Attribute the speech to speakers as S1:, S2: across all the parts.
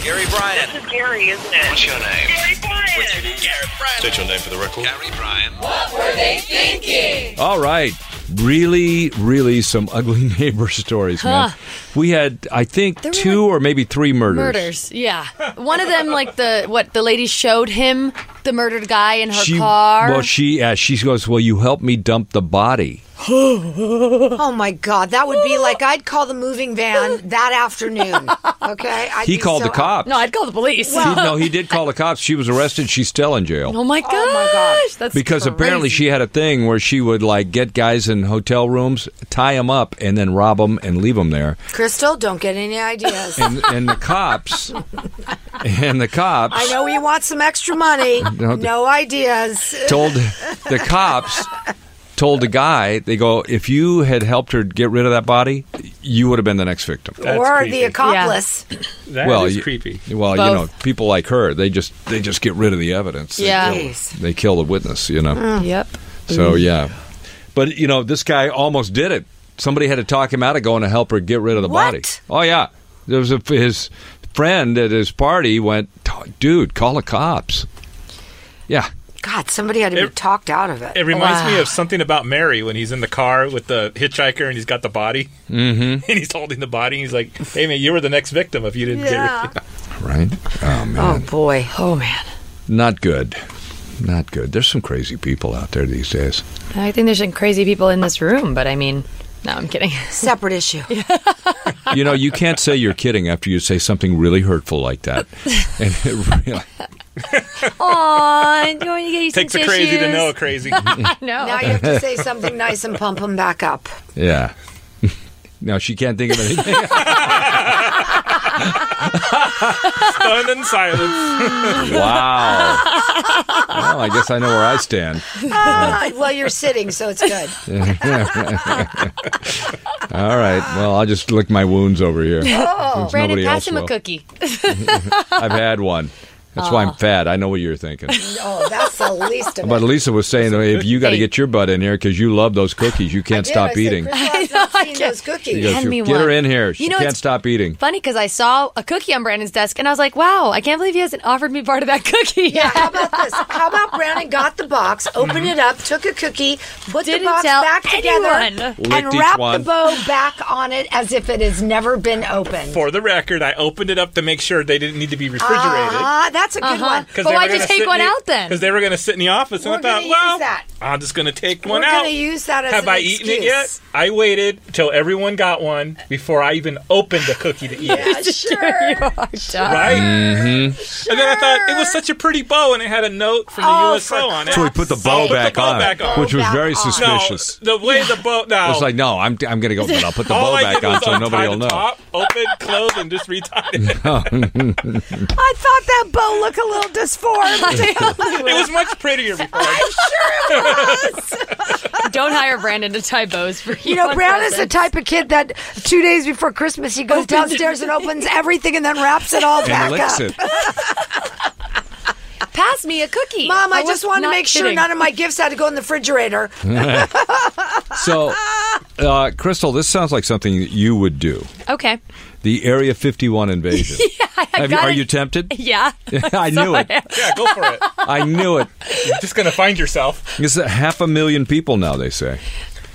S1: Gary Bryan.
S2: This is Gary, isn't it?
S1: What's your name?
S2: Gary Bryan.
S1: Gary Bryan.
S3: State your name for the record.
S1: Gary Bryan.
S4: All right. Really, really some ugly neighbor stories, man.
S5: Huh.
S4: We had, I think,
S5: There were
S4: two
S5: like
S4: or maybe three murders.
S5: Murders, yeah. One of them, like the what the lady showed him the murdered guy in her
S4: She,
S5: car.
S4: well, she uh, she goes, "Will you help me dump the body?"
S6: Oh my God, that would be like I'd call the moving van that afternoon. Okay, I'd
S4: He
S6: be
S4: called
S6: so
S4: the cops.
S5: no, I'd call the police.
S4: He- no, he did call the cops. She was arrested. She's still in jail.
S5: oh my gosh,
S6: my gosh.
S5: that's
S4: because
S5: crazy.
S4: apparently she had a thing where she would like get guys in hotel rooms, tie them up, and then rob them and leave them there.
S6: Crystal, don't get any ideas.
S4: And, and the cops, and the cops,
S6: I know you want some extra money.
S4: No, the-
S6: No ideas.
S4: told the cops told the guy they go if you had helped her get rid of that body you would have been the next victim
S7: That's
S6: or
S7: creepy.
S6: the accomplice.
S7: That
S4: well
S7: is
S4: you-
S7: creepy.
S4: well you know
S5: Both.
S4: people like her they just they just get rid of the evidence They
S5: Yeah.
S4: kill-
S6: Jeez.
S4: they kill the witness you know
S5: Yep.
S4: so yeah but you know this guy almost did it somebody had to talk him out of going to help her get rid of the
S6: What?
S4: body oh yeah there was a, his friend at his party went dude call the cops yeah
S6: God, somebody had to be
S7: It-
S6: talked out of it.
S7: It reminds me
S5: Wow.
S7: of something about Mary when he's in the car with the hitchhiker and he's got the body mm-hmm. and he's holding the body. And he's like, "Hey man, you were the next victim if you didn't
S6: Yeah.
S7: get it."
S4: right oh man
S6: Oh boy.
S5: Oh man,
S4: not good. Not good. There's some crazy people out there these days.
S5: I think there's some crazy people in this room, but I mean, no, I'm kidding.
S6: Separate issue.
S4: You know, you can't say you're kidding after you say something really hurtful like that. And it really,
S5: Aw, do you want me to get you
S7: Takes
S5: some
S7: a crazy to
S5: tissues?
S7: know a crazy.
S5: I know.
S6: Now you have to say something nice and pump them back up.
S4: yeah. No, she can't think of anything.
S7: Stunned in silence.
S4: wow. Well, I guess I know where I stand.
S5: Uh,
S6: Ah, well, you're sitting, so it's good.
S4: All right. Well, I'll just lick my wounds over here. since
S5: Brandon,
S4: nobody
S5: pass
S4: else
S5: him
S4: will.
S5: a cookie.
S4: I've had one. That's why I'm fat. I know what you're thinking.
S6: Oh, that's the least of
S4: But
S6: it.
S4: Lisa was saying, if you got to
S5: Hey.
S4: get your butt in here because you love those cookies, you can't
S6: Dude, I
S4: stop
S6: said,
S4: eating.
S6: Crystal has
S5: I know,
S6: not
S5: I
S6: seen
S5: can't-
S6: those
S4: She
S6: cookies.
S4: goes,
S5: Hand me
S4: get her
S5: one."
S4: in here. She
S5: You know,
S4: can't
S5: it's-
S4: stop eating.
S5: Funny because I saw a cookie on Brandon's desk and I was like, wow, I can't believe he hasn't offered me part of that cookie.
S6: Yeah, how about this? How about Brandon got the box, opened it up, took a cookie, put
S5: Didn't
S6: the box
S5: tell
S6: back together,
S5: anyone.
S4: Licked
S6: and
S4: each
S6: wrapped
S4: one.
S6: the bow back on it as if it has never been opened.
S7: For the record, I opened it up to make sure they didn't need to be refrigerated.
S6: Ah, that's a
S5: Uh-huh.
S6: good one.
S5: But why'd you take one out then?
S7: Because they were going to sit in the office, and
S6: We're
S7: I thought,
S6: gonna
S7: well,
S6: use that.
S7: I'm just going to take
S6: We're
S7: one out.
S6: gonna use that as
S7: Have
S6: an
S7: I
S6: excuse.
S7: eaten it yet? I waited till everyone got one before I even opened the cookie to eat. it.
S6: Yeah, Uh, sure.
S7: Right?
S4: Mm-hmm.
S7: And then I thought it was such a pretty bow, and it had a note from the
S6: Oh, for
S7: USO on it.
S4: So he put the bow
S7: put the
S4: back,
S7: bow
S4: on,
S7: back on.
S4: which was
S6: Back
S4: very
S6: on.
S7: no,
S4: suspicious.
S7: the way the bow. No, Oh
S4: It's like, no, I'm, I'm going to go, but I'll put the
S7: all
S4: bow
S7: I
S4: back
S7: did was
S4: on so
S7: untie
S4: nobody will
S7: the
S4: know.
S7: Top, open, close, and just retie it. it
S6: I thought that bow looked a little disformed.
S7: was much prettier before. I-
S5: Don't hire Brandon to tie bows for you.
S6: you know,
S5: on
S6: Brown is the
S5: presents.
S6: type of kid that two days before Christmas he goes downstairs and opens everything and then wraps it all
S4: And
S6: back
S4: licks
S6: up.
S4: it.
S5: Pass me a cookie.
S6: Mom, I,
S5: was
S6: just wanted to
S5: not
S6: make sure
S5: kidding.
S6: none of my gifts had to go in the refrigerator.
S4: So, uh, Crystal, this sounds like something you would do.
S5: Okay.
S4: The Area 51 invasion. Have you,
S5: got
S4: are
S5: it.
S4: you tempted?
S5: Yeah.
S4: I knew it.
S7: yeah, go for it.
S4: I knew it.
S7: You're just gonna find yourself.
S4: It's a half a million people now, they say.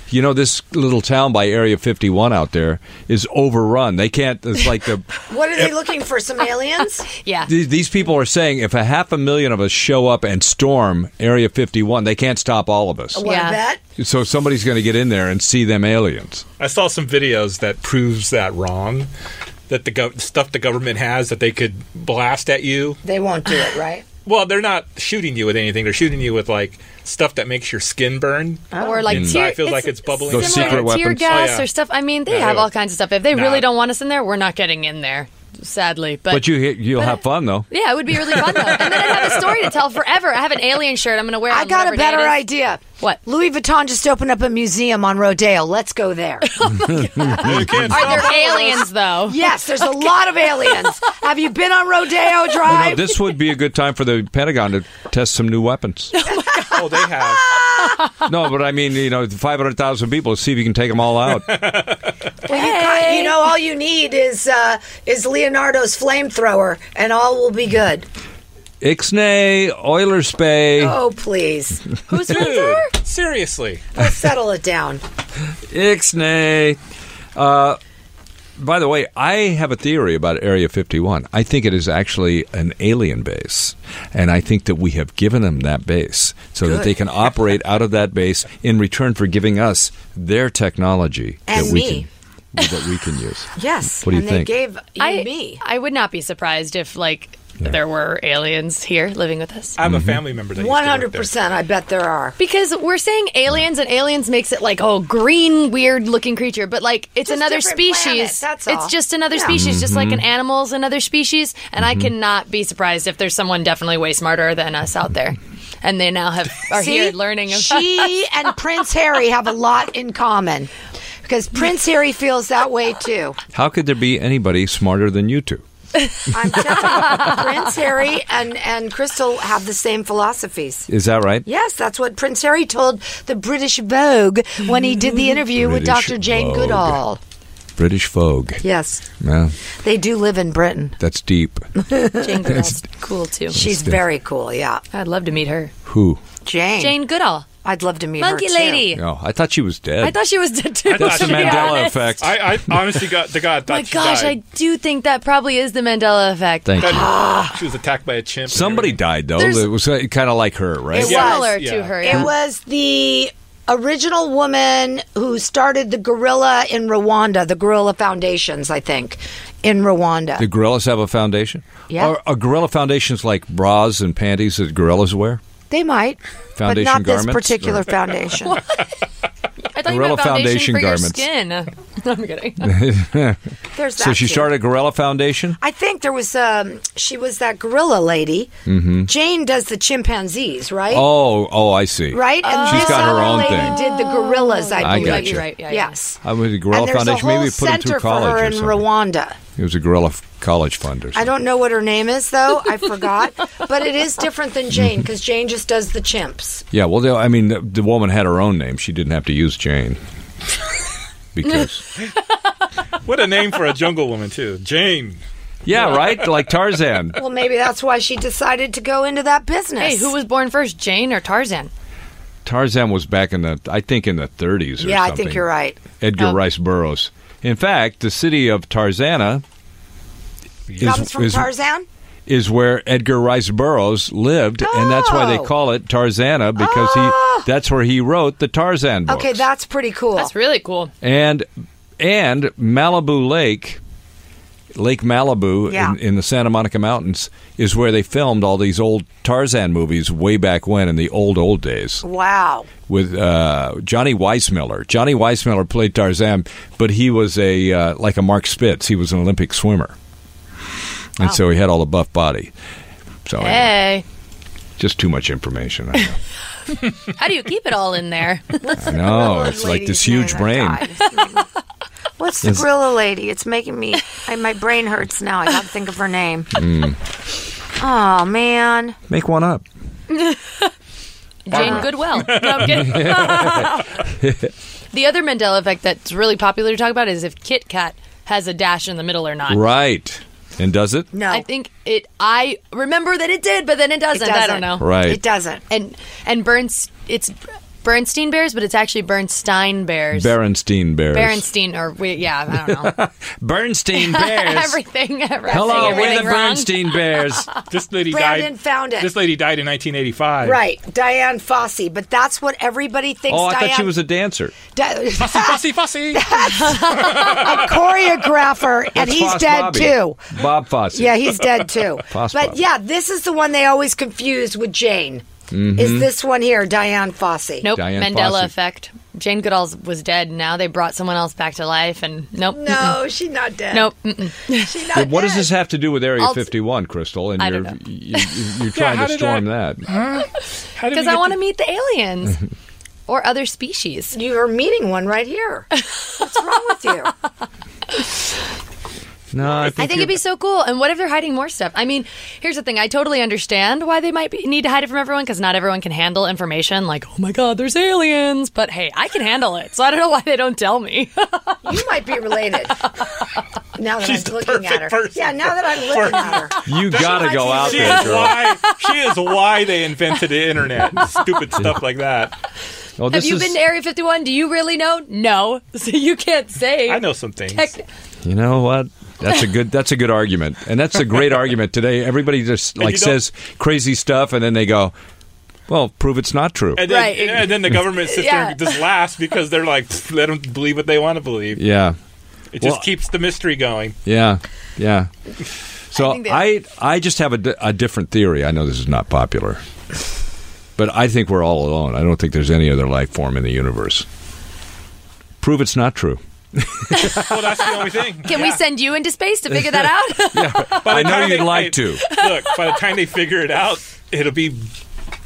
S4: You know, this little town by Area 51 out there is overrun. They can't, it's like the
S6: What are they looking for? Some aliens?
S5: Yeah.
S4: These, these people are saying if a half a million of us show up and storm Area 51, they can't stop all of us.
S6: What
S5: Yeah.
S6: a bet.
S4: So somebody's going to get in there and see them aliens.
S7: I saw some videos that proves that wrong. That the gov- stuff the government has that they could blast at you
S6: They won't do it, right?
S7: Well, they're not shooting you with anything. They're shooting you with like stuff that makes your skin burn.
S5: Or like
S7: Inside
S5: tear,
S7: feels like it's bubbling.
S4: Those
S5: similar
S4: secret
S5: to tear
S4: weapons.
S5: gas
S7: Oh, yeah.
S5: or stuff. I mean, they
S7: No,
S5: have
S7: they
S5: all
S7: won't.
S5: kinds of stuff. If they
S7: No.
S5: really don't want us in there, we're not getting in there, sadly. But,
S4: But you you'll have fun though.
S5: yeah, it would be really fun though. And then I have a story to tell forever. I have an alien shirt I'm going to wear.
S6: I
S5: on
S6: got
S5: whatever
S6: a
S5: day it
S6: better
S5: is.
S6: idea.
S5: What?
S6: Louis Vuitton just opened up a museum on Rodeo. Let's go there.
S7: You can't
S5: Are
S7: stop.
S5: there aliens though?
S6: yes, there's a lot of aliens. Have you been on Rodeo
S4: You know,
S6: Drive?
S4: this would be a good time for the Pentagon to test some new weapons.
S7: Oh, they have.
S4: No, but I mean, you know, 500,000 people, see if you can take them all out.
S6: God, you know, all you need is uh, is Leonardo's flamethrower, and all will be good.
S4: Ixnay, Eulerspay,
S6: Oh, please,
S5: Who's
S7: Dude,
S5: Windsor?
S7: seriously.
S6: let's settle it down.
S4: Ixnay. Uh, by the way, I have a theory about Area 51. I think it is actually an alien base, and I think that we have given them that base so that they can operate out of that base in return for giving us their technology
S6: And
S4: that we
S6: me.
S4: can that we can use.
S6: Yes,
S4: What do you
S6: and
S4: think?
S6: they gave you
S5: I,
S6: me.
S5: I would not be surprised if like there were aliens here living with us.
S7: I'm
S4: Mm-hmm.
S7: a family member. that used to work
S6: One
S7: there.
S6: hundred percent. I bet there are.
S5: Because we're saying aliens and aliens makes it like oh green weird looking creature, but like it's
S6: Just
S5: another
S6: different
S5: species.
S6: planet, that's all.
S5: It's just another
S6: Yeah.
S5: species, just like an
S7: Mm-hmm.
S5: animal's another species. And I cannot be surprised if there's someone definitely way smarter than us out there, and they now have are
S6: See?
S5: here learning. about
S6: She and Prince Harry have a lot in common because Prince Harry feels that way too.
S4: How could there be anybody smarter than you two?
S6: I'm telling you, Prince Harry and, and Crystal have the same philosophies.
S4: Is that right?
S6: Yes, that's what Prince Harry told the British Vogue when he did the interview with
S4: British
S6: Dr. Jane
S4: Vogue.
S6: Goodall.
S4: British Vogue.
S6: Yes,
S4: Yeah,
S6: they do live in Britain.
S4: that's deep.
S5: Jane Goodall's cool too.
S6: She's very cool, yeah.
S5: I'd love to meet her.
S4: Who?
S6: Jane.
S5: Jane Goodall,
S6: I'd love to meet
S5: monkey
S6: her. too.
S5: lady.
S4: Oh, I thought she was dead.
S5: I thought she was dead too.
S7: thought
S4: that's the
S7: she
S5: to be
S7: was dead.
S4: Mandela
S5: honest.
S4: effect.
S7: I, I honestly got to God.
S5: My
S7: thought she
S5: gosh, I
S7: died.
S5: do think that probably is the Mandela effect.
S4: Thank you.
S5: Ah.
S7: That- she was attacked by a chimp. and
S4: Somebody
S7: everything.
S4: died though.
S5: There's-
S4: It was kind of like her, right?
S6: It was.
S5: Similar to
S7: yeah.
S5: her.
S4: Mm-hmm.
S6: It was the original woman who started the gorilla in Rwanda, the Gorilla Foundations, I think, in Rwanda.
S4: Do gorillas have a foundation?
S6: Yeah.
S4: Are, are gorilla foundations like bras and panties that gorillas wear?
S6: they might,
S4: Foundation
S6: but not
S4: garments?
S6: this particular foundation.
S5: I
S4: Gorilla
S5: thought you meant
S4: foundation
S5: foundation, for
S4: garments.
S5: your skin. I'm kidding.
S6: There's that
S4: so she
S6: too.
S4: started a gorilla foundation?
S6: I think there was um, she was that gorilla lady. Jane does the chimpanzees, right?
S4: Mm-hmm. Oh, oh, I see.
S6: Right, and
S4: She's
S6: this
S4: got her
S6: other
S4: own
S6: lady
S4: thing.
S6: did the gorillas. I,
S4: I
S6: believe.
S4: gotcha. You're
S5: right, yeah, yeah.
S6: yes.
S4: I was a gorilla
S6: and there's
S4: foundation.
S6: a whole
S4: Maybe we put them
S6: center
S4: through
S6: for
S4: college
S6: her
S4: or
S6: in
S4: something.
S6: Rwanda.
S4: It was a gorilla f- college fund or
S6: I
S4: something.
S6: don't know what her name is though. I forgot, but it is different than Jane because Jane just does the chimps.
S4: Yeah, well, the- I mean, the, the woman had her own name. She didn't have to use Jane. Because
S7: What a name for a jungle woman too, Jane.
S4: yeah, right, like Tarzan.
S6: Well, maybe that's why she decided to go into that business.
S5: hey, who was born first, Jane or Tarzan?
S4: Tarzan was back in the, I think, in the 30s. Or
S6: Yeah, I think
S4: something.
S6: you're right.
S4: Edgar
S5: Oh.
S4: Rice Burroughs. In fact, the city of Tarzana is,
S6: Comes from
S4: is,
S6: Tarzan.
S4: is where Edgar Rice Burroughs lived, and that's why they
S6: Oh.
S4: call it Tarzana because he
S6: Ah.
S4: that's where he wrote the Tarzan books.
S6: Okay, that's pretty cool.
S5: That's really cool.
S4: and and Malibu Lake, Lake Malibu
S6: Yeah.
S4: in, in the Santa Monica Mountains is where they filmed all these old Tarzan movies way back when in the old old days
S6: wow.
S4: with uh, Johnny Weissmiller. Johnny Weissmiller played Tarzan, but he was a uh, like a Mark Spitz. He was an Olympic swimmer, and so he had all the buff body. So anyway,
S6: Eh.
S5: Hey,
S4: just too much information. I know.
S5: how do you keep it all in there?
S4: I know. Oh, it's like this huge brain.
S6: What's the gorilla lady? It's making me. I, my brain hurts now. I gotta think of her name.
S4: Hmm.
S6: Oh man,
S4: Make one up.
S5: Jane Goodwell. No, I'm kidding. the other Mandela effect that's really popular to talk about is if Kit Kat has a dash in the middle or not.
S4: Right. And does it?
S6: no,
S5: I think it. I remember that it did, but then it doesn't. I don't know.
S4: Right.
S6: It doesn't.
S5: And and Burns, it's Bernstein Bears, but it's actually Bernstein Bears.
S4: Berenstein Bears.
S5: Bernstein, or we, yeah, I don't know.
S4: Bernstein Bears.
S5: everything, everything.
S4: Hello, we're
S5: everything
S4: the
S5: wrong.
S4: Bernstein Bears.
S7: This lady
S6: Brandon
S7: died.
S6: found it.
S7: This lady died in 1985.
S6: Right, Diane Fossey, but that's what everybody thinks.
S4: Oh, I
S6: Diane,
S4: thought she was a dancer.
S6: Di-
S7: Fussy, fussy, fussy.
S6: a choreographer, and
S4: That's
S6: he's
S4: Foss
S6: dead
S4: Bobby.
S6: too.
S4: Bob Fosse.
S6: Yeah, he's dead too.
S4: Foss
S6: but
S4: Bobby.
S6: yeah, this is the one they always confuse with Jane.
S4: Mm-hmm.
S6: Is this one here, Diane Fossey?
S5: Nope.
S4: Diane
S5: Mandela
S4: Fossey.
S5: effect. Jane Goodall was dead. and Now they brought someone else back to life, and nope.
S6: No, she's not dead.
S5: Nope. Mm-mm.
S6: She's not
S4: What does
S6: dead.
S4: this have to do with Area
S5: I'll-
S4: 51, Crystal? And
S5: I
S4: you're,
S5: don't know.
S4: You, you- you're trying
S7: how
S4: to
S7: did
S4: storm that.
S7: How did we
S5: Because
S7: get
S5: I want
S7: to-
S5: to meet the aliens or other species.
S6: You're meeting one right here. What's wrong with you?
S4: No, I
S5: I
S4: think,
S5: think it'd be so cool. And what if they're hiding more stuff? I mean, here's the thing. I totally understand why they might be, need to hide it from everyone because not everyone can handle information like, oh my God, there's aliens. But hey, I can handle it. So I don't know why they don't tell me.
S6: You might be related. Now that
S7: She's the
S6: I'm looking at
S7: perfect
S6: her.
S7: person
S6: Yeah, now that I'm looking at her.
S4: you got to go out
S7: She
S4: there,
S7: is
S4: girl.
S7: why she is why they invented the internet. and Stupid stuff like that.
S4: Well,
S5: Have
S4: Oh, this
S5: you
S4: is,
S5: been to Area 51? Do you really know? No. So you can't say.
S7: I know some things.
S5: Heck,
S4: You know what? That's a good. That's a good argument, and that's a great argument today. Everybody just like
S7: you don't-
S4: says crazy stuff, and then they go, "Well, prove it's not true."
S7: And then,
S5: Right.
S7: and then the government sits there
S5: Yeah.
S7: and just laughs because they're like, "Pfft, let them believe what they want to believe.
S4: yeah,
S7: It just
S4: Well-
S7: keeps the mystery going.
S4: yeah, yeah. So
S5: I think
S4: I, I just have a, di- a different theory. I know this is not popular, but I think we're all alone. I don't think there's any other life form in the universe. Prove it's not true.
S7: Well, that's the only thing.
S5: can we
S7: Yeah.
S5: send you into space to figure that out?
S7: By the
S4: I know
S7: time
S4: you'd
S7: they-
S4: like to.
S7: Look, by the time they figure it out, it'll be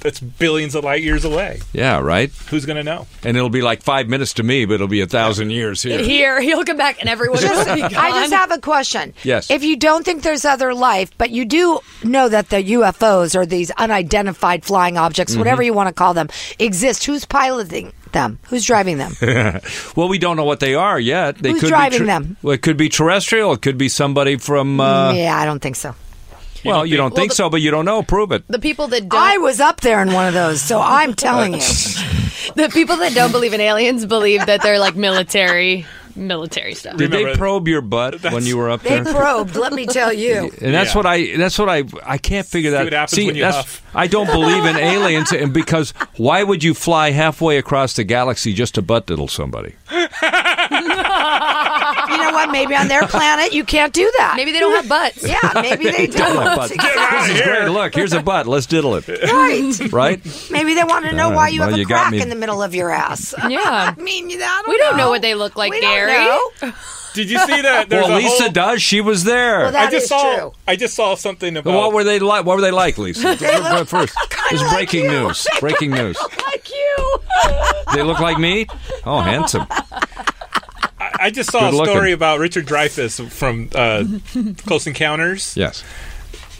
S7: that's billions of light years away.
S4: Yeah, right.
S7: Who's gonna know?
S4: And it'll be like five minutes to me, but it'll be a thousand years here.
S5: Here, he'll come back and everyone will be gone.
S6: I just have a question.
S4: Yes.
S6: If you don't think there's other life, but you do know that the UFOs or these unidentified flying objects,
S4: Mm-hmm.
S6: whatever you want to call them, exist, who's piloting them? Who's driving them?
S4: Well, we don't know what they are yet. They
S6: Who's
S4: could
S6: driving
S4: be ter-
S6: them?
S4: Well, it could be terrestrial. It could be somebody from. Uh,
S6: yeah, I don't think so.
S4: Well, you don't think so, but you don't know. Prove it.
S5: the people that don't
S6: I was up there in one of those, so I'm telling you.
S5: the people that don't believe in aliens believe that they're like military military stuff.
S4: Did they
S7: Remember-
S4: probe your butt when you were up
S6: They
S4: there?
S6: probed, let me tell you.
S4: And that's
S7: Yeah.
S4: what I. That's what I. I can't figure that.
S7: what happens
S4: See,
S7: when you
S4: that's-
S7: huff.
S4: I don't believe in aliens, and because why would you fly halfway across the galaxy just to butt diddle somebody?
S6: You know what? Maybe on their planet you can't do that.
S5: Maybe they don't have butts.
S6: yeah, maybe they
S4: Diddle a
S6: don't.
S4: butt. this is great. Look, here's a butt. Let's diddle it.
S6: Right.
S4: Right?
S6: Maybe they want to know
S4: All right.
S6: why you
S4: Uh, Well,
S6: have a
S4: you got
S6: crack
S4: me.
S6: in the middle of your ass.
S5: Yeah.
S6: I mean, I don't
S5: We don't know what they look like,
S6: We don't
S5: Gary.
S6: know.
S7: Did you see that? There's
S4: well,
S7: a
S4: Lisa
S7: whole-
S4: does. She was there.
S6: Well,
S7: I
S6: That
S7: just
S6: is
S7: saw.
S6: true.
S7: I just saw something about.
S4: what were they like? What were they like, Lisa? First, this is
S6: like
S4: breaking
S6: you.
S4: news. Breaking news.
S5: Like you.
S4: They look like me. Oh, handsome.
S7: I just saw a
S4: Good looking.
S7: story about Richard Dreyfuss from uh, Close Encounters
S4: Yes.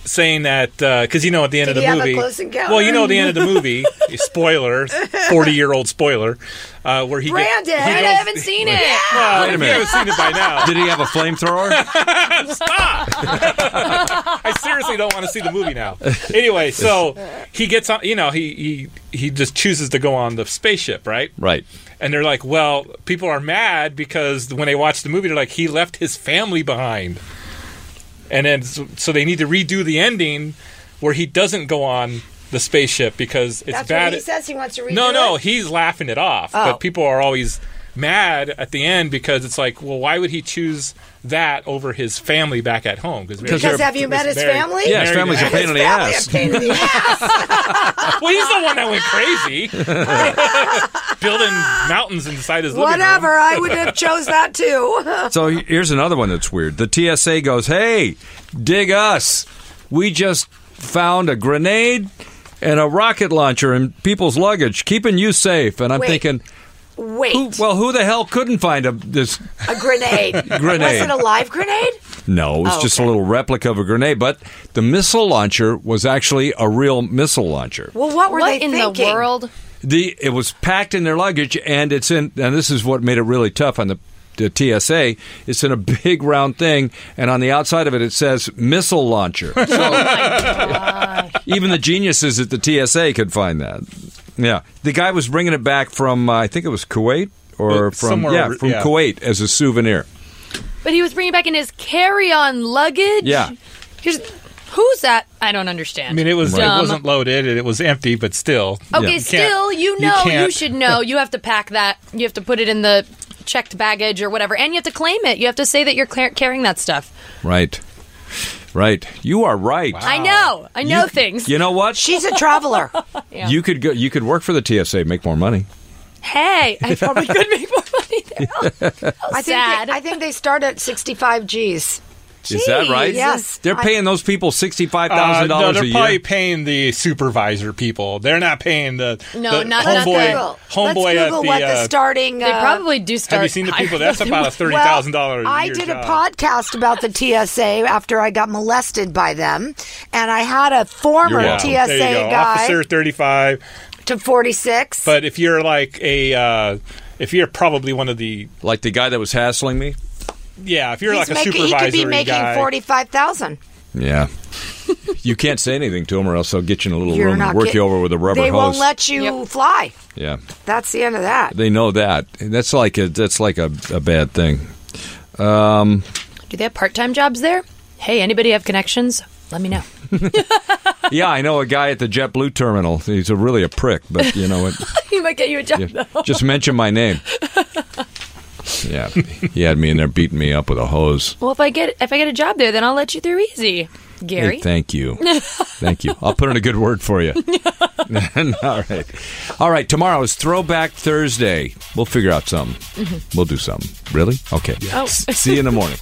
S7: saying that because you know at the end
S6: Did
S7: of
S6: he
S7: the
S6: have a
S7: movie,
S6: Close Encounter?
S7: well, you know at the end of the movie, spoiler, forty-year-old spoiler, uh, where he get-
S6: Brandon,
S7: he
S5: I
S7: goes-
S5: haven't seen it.
S7: Well,
S4: Wait a
S7: if
S4: minute.
S7: You haven't seen it by now.
S4: Did he have a flamethrower?
S7: I seriously don't want to see the movie now. Anyway, so he gets on. You know, he he he just chooses to go on the spaceship, right?
S4: Right.
S7: And they're like, well, people are mad because when they watch the movie, they're like, he left his family behind, and then so, so they need to redo the ending where he doesn't go on the spaceship because it's
S6: That's
S7: bad.
S6: what he says he wants to read.
S7: No, no, he's laughing it off.
S6: Oh.
S7: But people are always mad at the end because it's like, well, why would he choose that over his family back at home?
S4: Because
S6: Because have you met his family?
S4: Yeah, his family's a
S7: Well,
S4: pain in the ass.
S6: Pain in the ass.
S7: he's the one that went crazy, building mountains inside his living room.
S6: Whatever, I would have chose that too.
S4: So here's another one that's weird. The TSA goes, "Hey, dig us. We just found a grenade and a rocket launcher in people's luggage, keeping you safe." And I'm
S6: Wait.
S4: thinking,
S6: Wait,
S4: who, well, who the hell couldn't find a this?
S6: a grenade.
S4: Grenade.
S6: Was it a live grenade?
S4: No, it was
S6: Oh,
S4: just a
S6: okay.
S4: little replica of a grenade, but the missile launcher was actually a real missile launcher.
S6: Well, what were
S5: what
S6: they
S5: in
S6: thinking?
S5: the world?
S4: the it was packed in their luggage and it's in and this is what made it really tough on the the TSA it's in a big round thing and on the outside of it it says missile launcher
S5: Oh,
S4: so even the geniuses at the TSA could find that yeah the guy was bringing it back from uh, I think it was Kuwait or
S7: Uh,
S4: from
S7: somewhere
S4: yeah
S7: over-
S4: from
S7: yeah.
S4: Kuwait as a souvenir
S5: But he was bringing back in his carry-on luggage.
S4: Yeah.
S5: Here's, who's that? I don't understand.
S7: I mean, it was
S5: Dumb.
S7: it wasn't loaded and it was empty, but still.
S5: Okay,
S4: You
S5: still,
S7: can't-
S5: you
S7: you
S5: know, you,
S7: can't.
S5: should know. You have to pack that. You have to put it in the checked baggage or whatever, and you have to claim it. You have to say that you're clear carrying that stuff.
S4: right right you are right
S5: I know. I know
S4: You-
S5: things.
S4: you know what
S6: She's a traveler.
S4: you could go you could work for the TSA make more money
S5: Hey, I probably could make more money there.
S6: I think
S5: Sad.
S6: They, I think they start at 65 G's.
S4: Is that right?
S6: Yes.
S4: They're
S6: I-
S4: paying those people sixty-five
S7: Uh,
S4: thousand
S7: no,
S4: dollars
S7: they're
S4: a year.
S7: probably paying the supervisor people. They're not paying the
S5: No,
S7: the
S5: not- not
S6: Let's
S7: homeboy.
S6: Google.
S7: homeboy
S6: Let's Google
S7: at the,
S6: what the
S7: uh,
S6: starting.
S5: They
S6: uh,
S5: probably do start.
S7: Have you seen the people?
S5: higher
S7: That's
S5: than
S7: about a
S5: what-
S7: thirty thousand dollars.
S6: Well, I did a podcast about the TSA after I got molested by them, and I had a former
S4: You're welcome.
S6: TSA
S7: There you go.
S6: guy
S7: Officer thirty-five.
S6: to 46.
S7: But if you're like a, uh, if you're probably one of the,
S4: like the guy that was hassling me.
S7: yeah, if you're
S6: He's
S7: like a
S6: making- he
S7: supervisor
S6: could be making
S7: guy,
S6: 45,000.
S4: Yeah. you can't say anything to him, or else they'll get you in a little
S6: You're
S4: room
S6: not
S4: and work
S6: kidding.
S4: you over with a rubber
S6: They
S4: hose.
S6: won't let you
S5: Yep.
S6: fly.
S4: yeah,
S6: That's the end of that.
S4: they know that. That's like a that's like a, a bad thing.
S5: Do they have part-time jobs there? Hey, anybody have connections? Let me know.
S4: yeah, I know a guy at the JetBlue terminal. He's a, really a prick, but you know what?
S5: he might get you a job
S4: Yeah,
S5: though.
S4: just mention my name. Yeah, he had me in there beating me up with a hose.
S5: Well, if I get if I get a job there, then I'll let you through easy, Gary.
S4: Hey, thank you, thank you. I'll put in a good word for you. all right, all right. Tomorrow is Throwback Thursday. We'll figure out something. We'll do something. Really? Okay.
S5: Mm-hmm. Oh.
S4: S- See you in the morning.